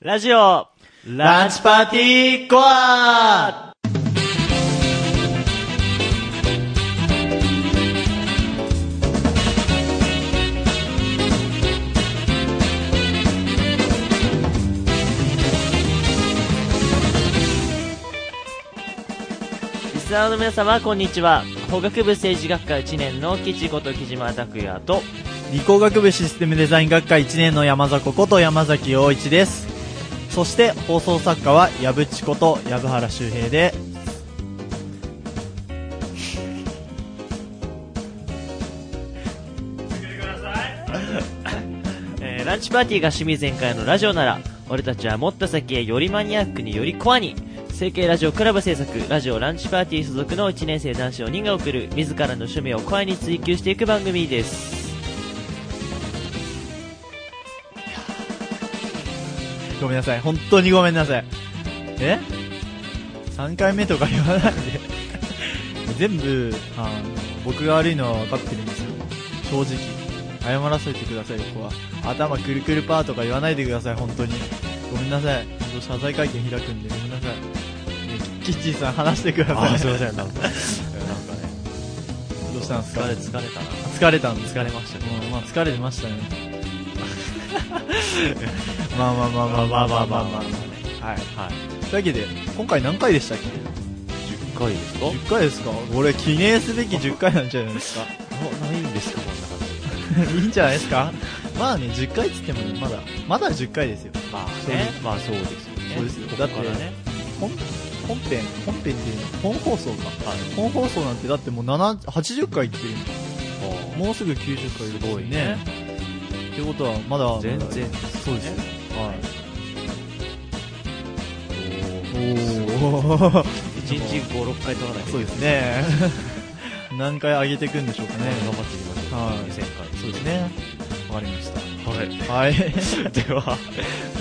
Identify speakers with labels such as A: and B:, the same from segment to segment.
A: ラジオ
B: ランチパーティーコア
A: リスナーの皆様こんにちは法学部政治学科1年の吉こと木島拓也と
B: 理工学部システムデザイン学科1年の山迫こと山崎陽一です。そして放送作家は矢渕こと藪原修平で、
A: えーランチパーティーが趣味全開のラジオなら俺たちはもっと先へよりマニアックによりコアに成形ラジオクラブ制作ラジオランチパーティー所属の1年生男子4人が送る自らの趣味をコアに追求していく番組です
B: ごめんなさい。本当にごめんなさい。え ?3 回目とか言わないで。 全部、あの、僕が悪いのは分かってるんですよ。正直。謝らせてください、ここは。頭くるくるパーとか言わないでください、本当に。ごめんなさい。本当謝罪会見開くんで、ごめんなさい。ねキッチンさん話してください。
C: ません、なんか。なんかね、
B: どうしたんですか
A: 疲れ疲れたな
B: 疲れたんです
A: 疲れましたね
B: うんまあ疲れてましたね まあまあまあまあまあまあまあまあは
A: は
B: い
A: い
B: というわけで今回何回でしたっけ
C: 10回ですか
B: 10回ですか俺記念すべき10回なんじゃな いですか
C: なないんですか、こんな感
B: いいんじゃないですかまあね10回っつってもねまだまだ10回ですよ
C: じ。まあ
B: ね
C: ね、まあそうですよね。
B: そうですよ
C: ここ
B: だ
C: か
B: って
C: らね。
B: 本本編本編っていうの本放送か
C: はい
B: 本放送なんてだってもう7 80回いってるんだもうすぐ90回です
C: すごい
B: ね
C: ね
B: ってことはまだまだ
C: 全然
B: そうですよはい
C: お
B: おお
C: 1日5、6回取らないといけない。
B: そうですね 何回上げていくんでしょうか
C: ね
B: ね
C: 頑張っていきましょう。
B: はい
C: 2000回。
B: そうです。ねわかりまし
C: はい。
B: たはい
C: では、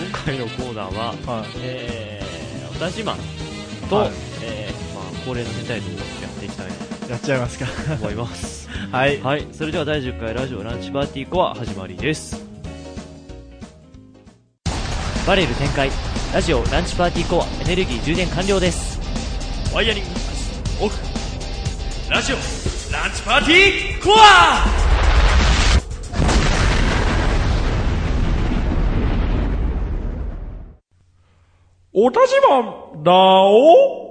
C: 今回のコーナーは、
B: は
C: えー、私マンと、
B: はい
C: えー、まあ恒例の変態道をやっていきたい
B: いやっちゃいますか
C: と思います。
B: はい
C: はい、それでは第10回ラジオランチパーティーコア始まりです。
A: バレル展開ラジオランチパーティーコアエネルギー充電完了です
C: ワイヤリングオフラジオランチパーティーコア
D: おたじまんだお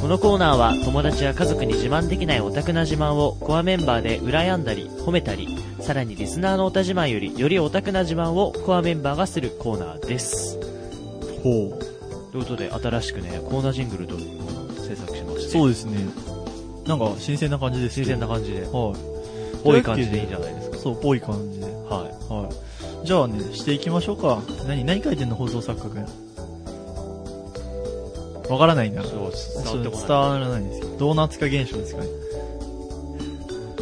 A: このコーナーは友達や家族に自慢できないオタクな自慢をコアメンバーで羨んだり褒めたりさらにリスナーのオタ自慢よりよりオタクな自慢をコアメンバーがするコーナーです
B: ほう
A: ということで新しくねコーナージングルというものを制作しまして
B: そうですねなんか新鮮な感じです
A: 新
B: ね
A: 鮮な感じで
B: は
A: 多い感じでいいんじゃないですか
B: いそうぽい感じで
A: は
B: はいじゃあねしていきましょうか何何書いてんの放送作家くんわからないない
C: そう
B: ち
C: 伝わって
B: ょっと
C: こ
B: 伝
C: な
B: わらないですけど、ドーナツ化現象ですかね。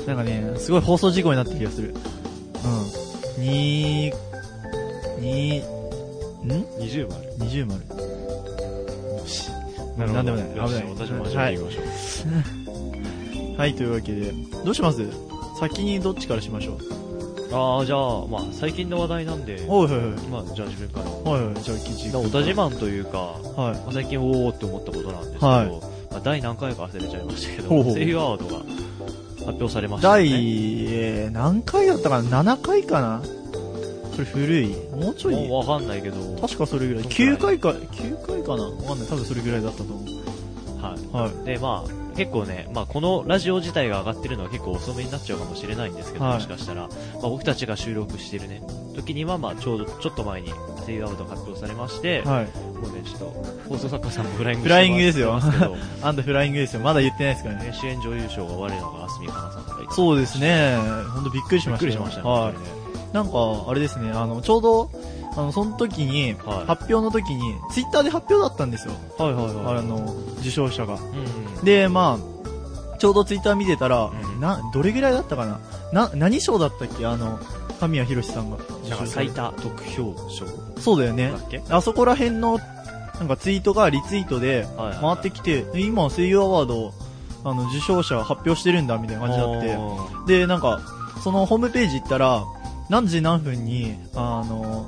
B: なんかね、すごい放送事故になった気がする。うん。ににん
C: い20丸
B: 二重丸。よし。
C: るほど
B: なんでもない。危
C: よし
B: ない。
C: 私も始
B: は
C: めて
B: い
C: いき。ましょう
B: はい、というわけで、どうします先にどっちからしましょう。
C: ああじゃあまあ最近の話題なんで
B: おいはいはい。
C: まあじゃあ自分から
B: はいはい、じゃあ、記事。
C: まあおたじまんというか
B: はい。
C: まあ最近おおって思ったことなんですけど、
B: はい
C: まあ、第何回か忘れちゃいましたけど
B: ほうほう
C: 声優アワードが発表されましたよ
B: 第、
C: ね
B: えー何回だったかな ?7 回かなそれ古い。もうちょい
C: もうわかんないけどは
B: 確かそれぐらい。
C: どんくらい
B: 9回か、9回かなわかんない。多分それぐらいだったと思う。
C: い
B: はい。
C: で、まあ、結構ね、まあ、このラジオ自体が上がってるのは結構遅めになっちゃうかもしれないんですけど、
B: はい
C: もしかしたら、まあ、僕たちが収録してるね、時には、まあ、ちょうど、ちょっと前に、セイアウトが発表されまして、
B: はい。
C: もうね、ちょっと、放送作家さんもフライング
B: フライングですよ
C: してますけど
B: アンドフライングですよ。まだ言ってないですからね。
C: ね、主演女優賞が我らが明日海かなさんからう
B: そうですね。ほんとびっくりし
C: びっ
B: ました。
C: くりしましたね。本
B: はい。なんか、あれですね、あの、ちょうど、あの、その時に、
C: 当にね
B: 発表の時に、ツイッターで発表だったんですよ。
C: はい。はいはいはい。
B: あの、受賞者が。
C: うんうん、
B: で、まあ、ちょうどツイッター見てたら、
C: うん
B: な、どれぐらいだったかなな、何賞だったっけあの、神谷博さんが。
C: なんか最多得票賞
B: そうだよね
C: だ。っけ
B: あそこら辺の、なんかツイートがリツイートで、
C: はいはいはい
B: 回ってきて、今、水曜アワード、あの、受賞者発表してるんだ、みたいな感じになって。
C: おー
B: で、なんか、そのホームページ行ったら、何時何分に、あの、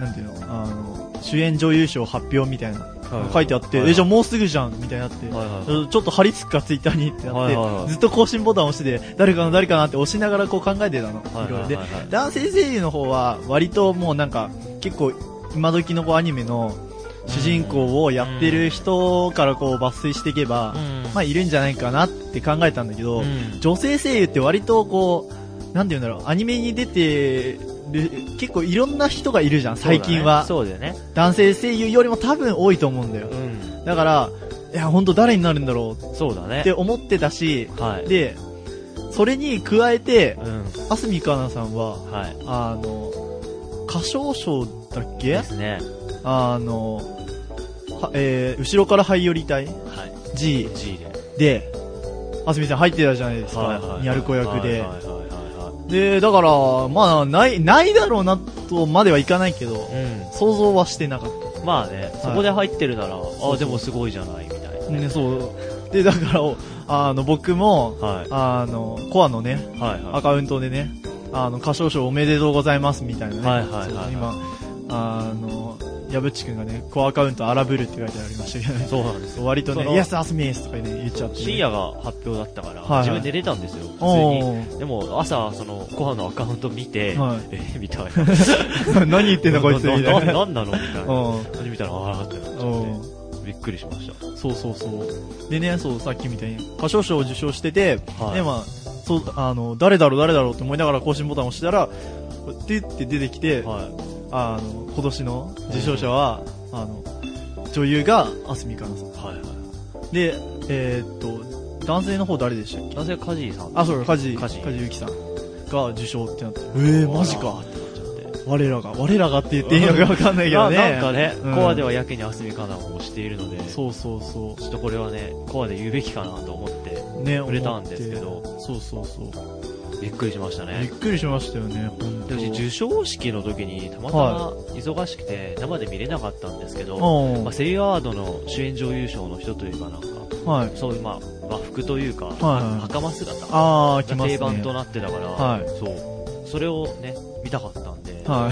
B: なんていうの、あの、主演女優賞発表みたいな、
C: はい
B: 書いてあって、
C: はいはい
B: え、じゃあもうすぐじゃんみたいになって、
C: はいはい
B: ちょっと張り付くかツイッターにってなって、
C: はいはいはい
B: ずっと更新ボタン押してて、誰かな誰かなって押しながらこう考えてたの。
C: はい
B: いろいろ
C: はい
B: で
C: はいはい、
B: 男性声優の方は割ともうなんか、結構今時のこうアニメの主人公をやってる人からこう抜粋していけば、まあいるんじゃないかなって考えたんだけ
C: う
B: ど、
C: ん
B: 女性声優って割とこう、なんて言うんだろう、アニメに出てる、結構いろんな人がいるじゃん、最近は。
C: そうだね。
B: 男性声優よりも多分多いと思うんだよ
C: そう。だね
B: だから、いや、本当誰になるんだろう
C: うん。そうだね
B: って。思ってたし、
C: はい。
B: で、それに加えて、
C: うん。
B: あすみかなさんは、
C: はい。
B: あの、歌唱賞だっけ
C: ですね。
B: あの、はえー、後ろからはい寄りたい
C: はい。
B: G
C: G で。
B: で、あすみさん入ってたじゃないです
C: はいはいは
B: か
C: い。
B: ニャルコ役で。
C: はいはいは
B: で、だから、まあ、ない、ないだろうな、とまではいかないけど、
C: いはい。
B: 想像はしてなかっ
C: うん。まあね、そこで入ってるなら、あ、でもすごいじゃない、みたいな
B: た。。ね、そう。で、だから、おあの、僕も、
C: はい。
B: あの、コアのね、
C: はいは
B: アカウントでね、あの、歌唱賞おめでとうございます、みたいなね。
C: はいはいはいはい
B: そう今、あの、矢渕くんがね、コアアカウント荒ぶるって書いてありましたけど
C: い。
B: ね。
C: そうなんです
B: そう
C: よ。
B: 割と
C: そ
B: ね、
C: の
B: イエス、アスミエスとかね、言っちゃってね、
C: 深夜が発表だったから、
B: はいはい
C: 自分で出たんですよ、普
B: お
C: 通に。でも、朝、その、コハのアカウント見て、
B: はい
C: え、みたいな。っ
B: ー。何言ってんだこいつ、 みたいな。
C: んなのみたいな。
B: うん。
C: 初めたら、ああ、ってなっち
B: う
C: ゃ
B: ん。
C: って、びっくりしました。
B: そうそうそう。でね、そう、さっきみたいに歌唱賞を受賞してて、
C: はい
B: で、まあ、そう、あの、誰だろう誰だろうって思いながら更新ボタンを押したら、でって出てきて、
C: はい。
B: あの、今年の受賞者は、あの、女優が、あすみかなさん。
C: はいはい。
B: で、えーっと、男性の方誰でしたっけ
C: 男性カジーさん。
B: あ、そうか、梶、
C: 梶
B: 梶ゆきさんが受賞ってなって、えー、マジか。
C: ってなっちゃって。
B: 我らが、我らがって言っていいのかわかんないけどね。
C: まあ なんかね、
B: うん
C: コアではやけにあすみかなを推しているので、ちょ
B: そうそうそ
C: っとこれはね、コアで言うべきかなと思って、
B: う。ね、
C: 触れたんですけど
B: 思って。そうそうそう。
C: びっくりしました
B: びっ
C: ね。
B: くりしましたよね、ほんと
C: 私、
B: に。
C: 受賞式の時にたまたま忙しくて生で見れなかったんですけど、
B: うん
C: まあ、セリアワードの主演女優賞の人というかなんか、
B: はい。
C: そういうまあ、和服というか、
B: はい
C: 袴姿が
B: あー、来ます
C: 定
B: ね。
C: 番となってたから、
B: はい
C: そう。それをね、見たかったんで、
B: は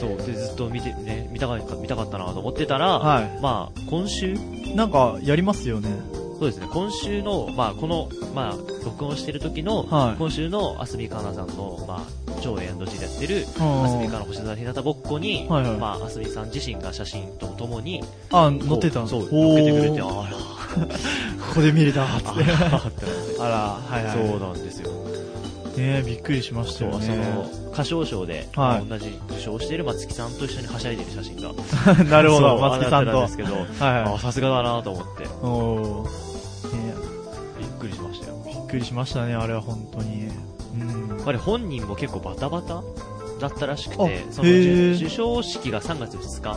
C: そう。で、ずっと見て、ね、見たか見たかったなと思ってたら、
B: は
C: まあ、今週
B: い。なんか、やりますよね。
C: そうですね、今週の、まあ、この、まあ、録音してる時の、
B: はい
C: 今週の、あすみかなさんの、まあ、超 A&G でやってる、
B: うん
C: あすみかの星空ひなたぼっこに、
B: はいはい
C: まあ、あすみさん自身が写真とともに、
B: あ、乗ってたん
C: そう、そう
B: お
C: 乗っ
B: ー
C: けてくれて、あら、
B: ここで見れたーっつ
C: あ
B: って。
C: ら、ってなって
B: あら、はいはい。
C: そうなんですよ。
B: ねえびっくりしました
C: そう、
B: よ
C: そ
B: ね。
C: の、歌唱賞で、
B: はい
C: まあ同じ受賞してる松木さんと一緒にはしゃいでる写真が、
B: なるほ
C: そ
B: ど、
C: う
B: 松木さ
C: あ
B: んと。
C: なたなん
B: は
C: ですけど、
B: いは
C: あさすがだなと思って、
B: い。おーね
C: びっくりしましたよ。
B: えびっくりしましたね、あれは本当に。うん
C: やっ。ぱり本人も結構バタバタだったらしく
B: あ
C: て、その
B: へ
C: 受
B: ー
C: 受賞式が3月2日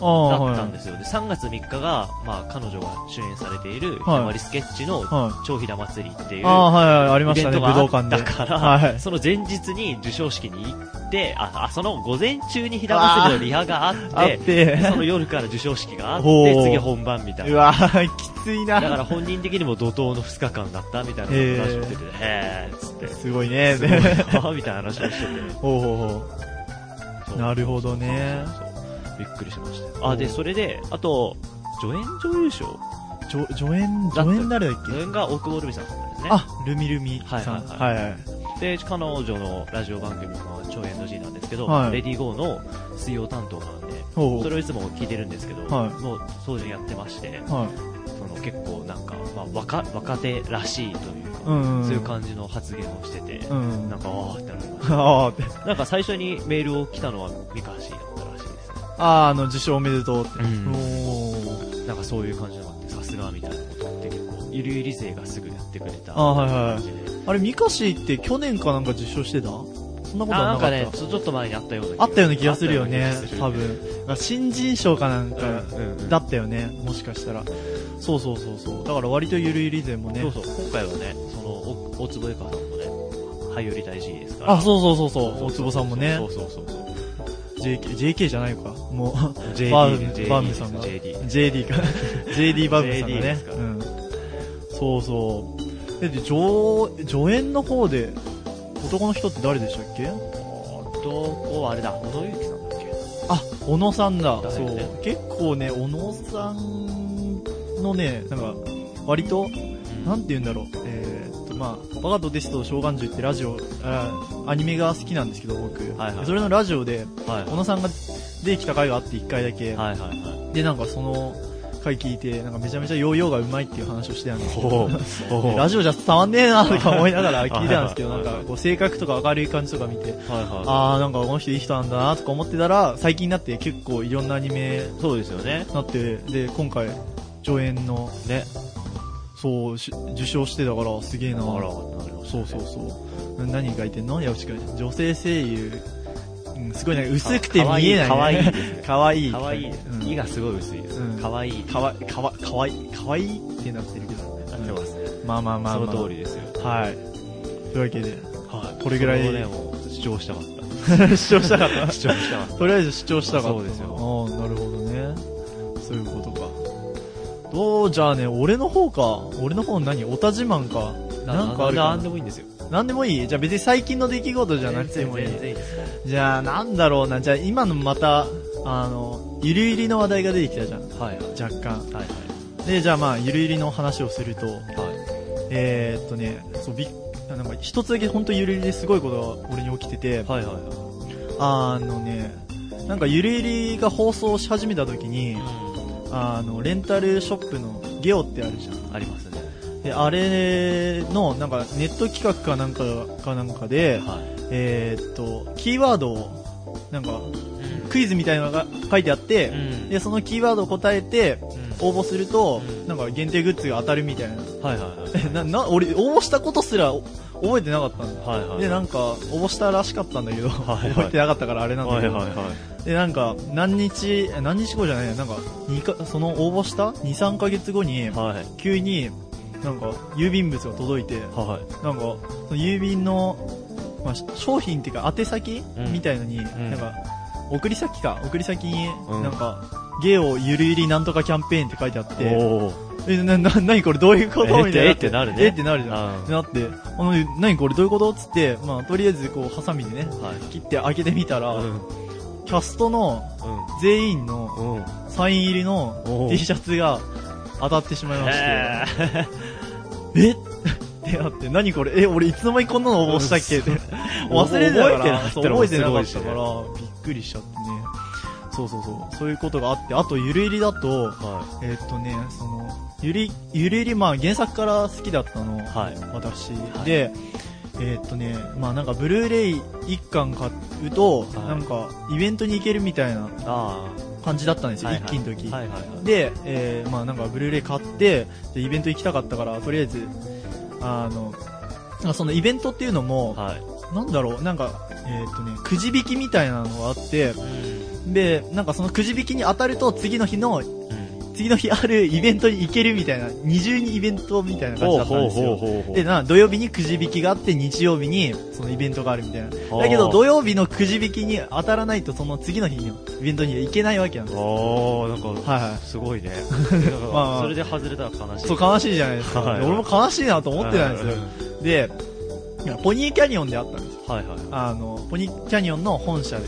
B: ああ、
C: だ
B: は
C: っ
B: い
C: た。んですよ。で、3月3日が、まあ、彼女が主演されている、ひ
B: はい
C: まわりスケッチの
B: は
C: 超ひだ祭りってい
B: い。
C: う、
B: ああ、はいはい、ありま
C: イベ
B: した
C: ン
B: ね、
C: ト
B: 武
C: があ
B: 道
C: っ
B: 館
C: た
B: で。
C: から、
B: はい。
C: その前日に授賞式に行って、あ、あその午前中にひだ祭りのリハがあ
B: あ
C: っ、
B: ってて
C: で、その夜から授賞式があっ
B: ほ
C: て、
B: う
C: 次本番みたいうな。
B: わーきつい
C: だか
B: な。
C: ら本人的にも怒涛の2日間だったみたいな
B: へー
C: 話をしてて、へーっつって、
B: すごいね。
C: すごい なみたいな話をしてて。
B: ほうほうほ。
C: そうう
B: なるほど
C: そ
B: ね。
C: うそうそうびっくりしましたよあでそれであと助演女優賞
B: じょ助演、
C: だって
B: 助演誰だっけ
C: 助演が大久保瑠美さんだったんですね
B: あ、ルミルミさん。
C: は
B: はいいはい。
C: で彼女のラジオ番組の超 NG なんですけど、
B: はい
C: レディーゴーの水曜担当なんで
B: ほう
C: それをいつも聞いてるんですけど、
B: はい
C: もう当時やってまして
B: はい。
C: その結構なんか、まあ、若若手らしいというか、
B: うんうん
C: そういう感じの発言をしてて、
B: うん
C: なんかああってなりまし
B: ああって。
C: たなんか最初にメールを来たのは三橋だったらしいですね
B: あー、あの、受賞おめでとうって。
C: うん
B: おー。
C: なんかそういう感じのがあって、さすがみたいなことって結構、ゆるゆり勢がすぐやってくれた
B: あはいは
C: 感
B: い
C: じで。
B: あれ、ミカシーって去年かなんか受賞してたそんなこと
C: あ
B: は
C: な
B: なんか
C: か
B: った
C: ね、ちょちょっと前にあったような
B: あったような気がするよ
C: あっ
B: ね
C: たような気がす。る
B: 多分。あ新人賞かなん
C: う
B: か、
C: んうんうん
B: だったよね。もしかしたら。そうそうそうそう。だから割とゆるゆり勢もね。
C: そうそう、今回はね、その、お大坪ゆかさんもね、俳優より大事ですから。
B: あ、そうそうそうそ
C: そ
B: う。
C: うそう
B: 大
C: そう
B: 坪さんもね
C: そ。うそうそうそう。
B: JK、JK じゃないか。もう、
C: JD
B: バーム
C: です
B: バームさんが
C: JD。
B: JD か。JD バブさん
C: JD
B: が
C: で
B: ね
C: すか。
B: うん。そうそえ、で、上、助演の方で、男の人って誰でしたっけ
C: 男はあれだ、小野由紀さんだっけ
B: あ、小野さんだ。
C: だ
B: そ
C: よね
B: う。結構ね、小野さんのね、なんか、割と、なんて言うんだろう。えーっと、まあ、バカとデスと召喚獣ってラジオ、あアニメが好きなんですけど、僕。
C: はいはい
B: それのラジオで、
C: はい
B: 小野さんが出てきた回があって1回だけ。
C: はいはいはい。
B: で、なんかその回聞いて、なんかめちゃめちゃヨーヨーがうまいっていう話をしてたんですけど
C: ほう。 ほう。
B: ラジオじゃ伝わんねえなとか思いながら聞いてたんですけど、な
C: は
B: ん
C: い
B: かこう性格とか明るい感じとか見て、
C: はいは
B: あーなんかこの人いい人なんだなとか思ってたら、最近になって結構いろんなアニメ
C: い。そうですよね。
B: になって、で、今回、上演の、
C: ね。
B: そう、し受賞してたからすげえな
C: あら、なるほど。
B: そうそうそう。な何がいてんの矢内くん。女性声優、うん、すごいなんか薄くて見えない、ね。
C: かわいいですね。
B: かわいい。
C: かわいいです
B: うん
C: ね。意がすごい薄いです
B: うん。
C: かわいい。
B: かわかわかわいい、かわいいってなってるけど。
C: なってますね。
B: まあまあまあ、
C: そ
B: ま
C: の通
B: あ。
C: りですよ。
B: はい。というわけで、
C: はい
B: これぐらい
C: それをね、もう、主張したかっ
B: 主張したかった
C: た。。主張したかっ
B: とりあえず主張したかった
C: そうですよ
B: ああなるほどねそういうことかどうじゃあね俺の方か俺の方何オタ自慢か
C: た。
B: なんかあるかな
C: なんでもいいんですよ。
B: 何でもいいじゃあ別に最近の出来事じゃなくてもいい
C: 全然いいです。
B: じゃあなんだろうなじゃあ今のまたあのゆるゆりの話題が出てきたじゃん
C: はいはい。
B: 若干
C: はい
B: でじゃあまあゆるゆりの話をすると
C: はい。はい。
B: えー、っとねそうびっなんか一つだけ本当ゆるゆりですごいことが俺に起きてて、
C: はいはいは
B: あのねなんかゆるゆりが放送し始めた時に、あの、レンタルショップのゲオってあるじゃん。
C: い。ありますね。
B: で、あれの、なんか、ネット企画かなんか、かなんかで、
C: はい。
B: えーっと、キーワードを、なんか、クイズみたいなのが書いてあって、
C: ん
B: で、そのキーワードを答えて、応募すると、
C: うん
B: なんか限定グッズが当たるみたいな。
C: はいはいはい。
B: えな、 な、俺、応募したことすらお覚えてなかったんだ。
C: はいはい。
B: で、なんか、応募したらしかったんだけど、
C: はいはい
B: 覚えてなかったからあれなんだ
C: は
B: け
C: い
B: ど、
C: はいはい。
B: で、なんか、何日、え何日後じゃないやなんか、二か、その応募した2、3ヶ月後に、
C: はい。
B: 急に、なんか、郵便物が届いて、
C: は
B: なんか、その郵便の、まあ、し商品っていうか、宛先、
C: うん
B: みたいのに、
C: ん
B: なんか、送り先か、送り先に、
C: うん
B: なんか、ゲオゆるゆりなんとかキャンペーンって書いてあっ
C: い。
B: て、
C: おー。
B: え、な、な、なにこれどういうこと
C: えー
B: みたいな。
C: えーってなるね
B: えーってなるじゃん。
C: あ
B: ってなって、あの、なにこれどういうことつって、まあ、とりあえずこう、ハサミでね、
C: ーはい。
B: 切って開けてみたら、
C: うん。
B: キャストの全員の
C: うん。うん。
B: サイン入りの
C: おう
B: T シャツが当たってしまいまして、
C: え
B: え ってなって、何これえ、俺いつの間にこんなの応募したっけって。 忘れてたから、そう覚
C: 覚
B: え
C: え
B: て
C: て
B: な
C: なか
B: かっ
C: ったた
B: か、
C: からら
B: びっくりしちゃってね。そうそうそう。そういうことがあって、あと、ゆるゆりだと、
C: は
B: えーっとね、その、ゆり、ゆるゆり、まあ原作から好きだったの、
C: い。はい。
B: 私、
C: い
B: で、えーっとね、まあなんかブルーレイ1巻買うと、
C: い
B: なんかイベントに行けるみたいな
C: あ
B: 感じだったんです
C: あ。
B: よ、
C: はい
B: 一気の時。
C: はいはいはい。
B: で、えーまあなんかブルーレイ買って、で、イベント行きたかったから、とりあえず、あの、なんかそのイベントっていうのも、
C: はい。
B: なんだろう、なんか、えーっとね、くじ引きみたいなのがあって、で、なんかそのくじ引きに当たると、次の日の、次の日あるイベントに行けるみたいな、二重にイベントみたいな感
C: ほ
B: じ
C: う
B: だったん
C: ほう
B: です
C: ほう
B: よ。
C: ほうほう。
B: で、な、土曜日にくじ引きがあって、日曜日にそのイベントがあるみたいな。
C: あー
B: だけど、土曜日のくじ引きに当たらないと、その次の日のイベントには行けないわけなんですよ。
C: ああ、なんか、
B: はいはい。
C: すごいね。
B: まあ
C: それで外れたら悲しい。
B: そう、悲しいじゃないですか。
C: はい
B: で俺も悲しいなと思ってたんですよ。
C: す
B: で、いやポニーキャニオンであったんですよ。
C: よ。はいはい。
B: あの、ポニーキャニオンの本社で、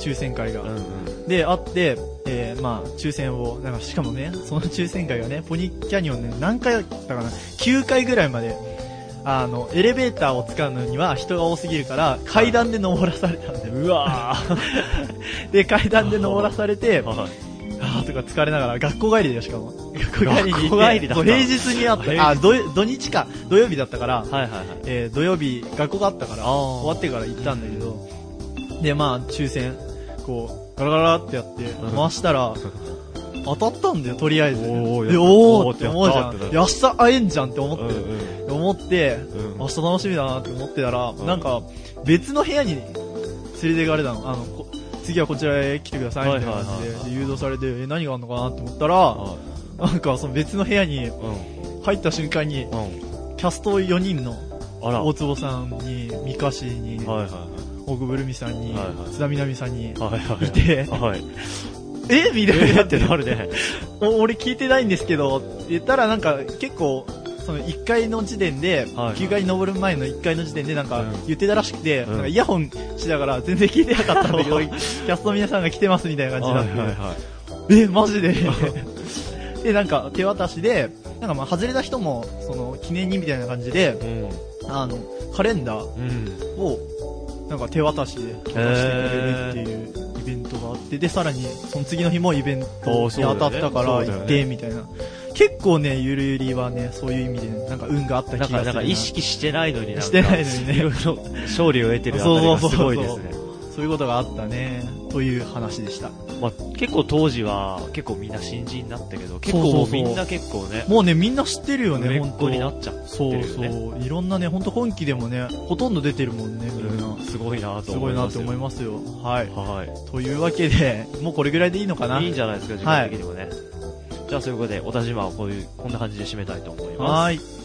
B: 抽選会
C: うん
B: が。
C: うん。
B: で、あって、えー、まあ、抽選を、なんか、しかもね、その抽選会がね、ポニーキャニオンね、何回だったかな、9回ぐらいまで、あの、エレベーターを使うのには人が多すぎるから、階段で登らされたんで、
C: うわー。
B: で、階段で登らされて、
C: はい
B: あーとか疲れながら、学校帰りだよ、しかも。学校帰りに行って。
C: 学校帰りだった
B: そう平日にあっ
C: 平日
B: た。あ、土土日か。土曜日だったから、
C: はいはいはい。
B: えー土曜日、学校があったから、
C: あー
B: 終わってから行ったんだけど、で、まあ、抽選、こう、ガラガラってやって、
C: ん
B: 回したら、当たったんだよ、とりあえず。
C: おー
B: で、
C: やった
B: お
C: お
B: ー
C: ー
B: って思うじゃ
C: やった
B: ん。
C: ーって
B: で明日会えんじゃんって思って、
C: う
B: 思って、
C: んうん。
B: 明日楽しみだなって思ってたら、
C: ん
B: なんか、別の部屋に連れて行かれたの。あの、こ次はこちらへ来てください、みたいな感じ
C: はいはいはい
B: で、で誘導されて、え、何があるのかなって思った
C: あ
B: ら、
C: は
B: なんかその別の部屋に
C: いうん。
B: 入った瞬間に、
C: うん。
B: キャスト4人の、
C: あら。
B: 大
C: はい
B: 坪さんに、三かしに、
C: はい
B: 大久保留美さんに、
C: はいはい
B: 津田みなみさんに、
C: はい。はいはい。
B: いて
C: はい。
B: えみたい
C: え
B: な
C: ーってなるね。
B: お俺聞いてないんですけど、って言ったらなんか結構、その1階の時点で、
C: はいはい
B: 9階に登る前の1階の時点でなんか
C: うん
B: 言ってたらしくて、
C: うん
B: なんかイヤホンしながら全然聞いてなかったんだけ ど、キャストの皆さんが来てますみたいな感じになって、
C: は
B: え、マジでで、なんか手渡しで、なんかまあ外れた人も、その記念にみたいな感じで、
C: い。うん。
B: あの、カレンダー、
C: うん。
B: をなんか手渡しで渡してくれるっていうイベントがあって、でさらにその次の日もイベント
C: あー
B: に
C: そうだよ
B: 当
C: ね
B: たったから
C: そうだよ
B: 行
C: ね
B: ってみたいな、結構ねゆるゆりはねそういう意味で、ね、なんか運があっ
C: だ
B: た気がす
C: か
B: る
C: ら、なんか意識してないのになんか、
B: してないのにね
C: いろいろ勝利を得てるあたりがすごいですね。
B: そういうことがあったねという話でした
C: まあ、結構当時は、結構みんな新人だったけど、結
B: そうそう
C: 構
B: そう
C: みんな結構ね、
B: もうねみんな知ってるよね
C: 根っ
B: 本当
C: こになっちゃって
B: そう
C: るよ
B: そう、
C: ね。
B: いろんなね本当今期でもねほとんど出てるもんねみんな、
C: うんすごいな
B: す
C: と思
B: ご
C: い
B: いな
C: ま
B: っ
C: す
B: て
C: よ。
B: 思いますよはい
C: は。
B: というわけでもうこれぐらいでいいのかない
C: いいんじゃないですか、時間的にもね。じゃあ、そういうことで、おたじまはこういう、こんな感じで締めたいと思います。
B: はーい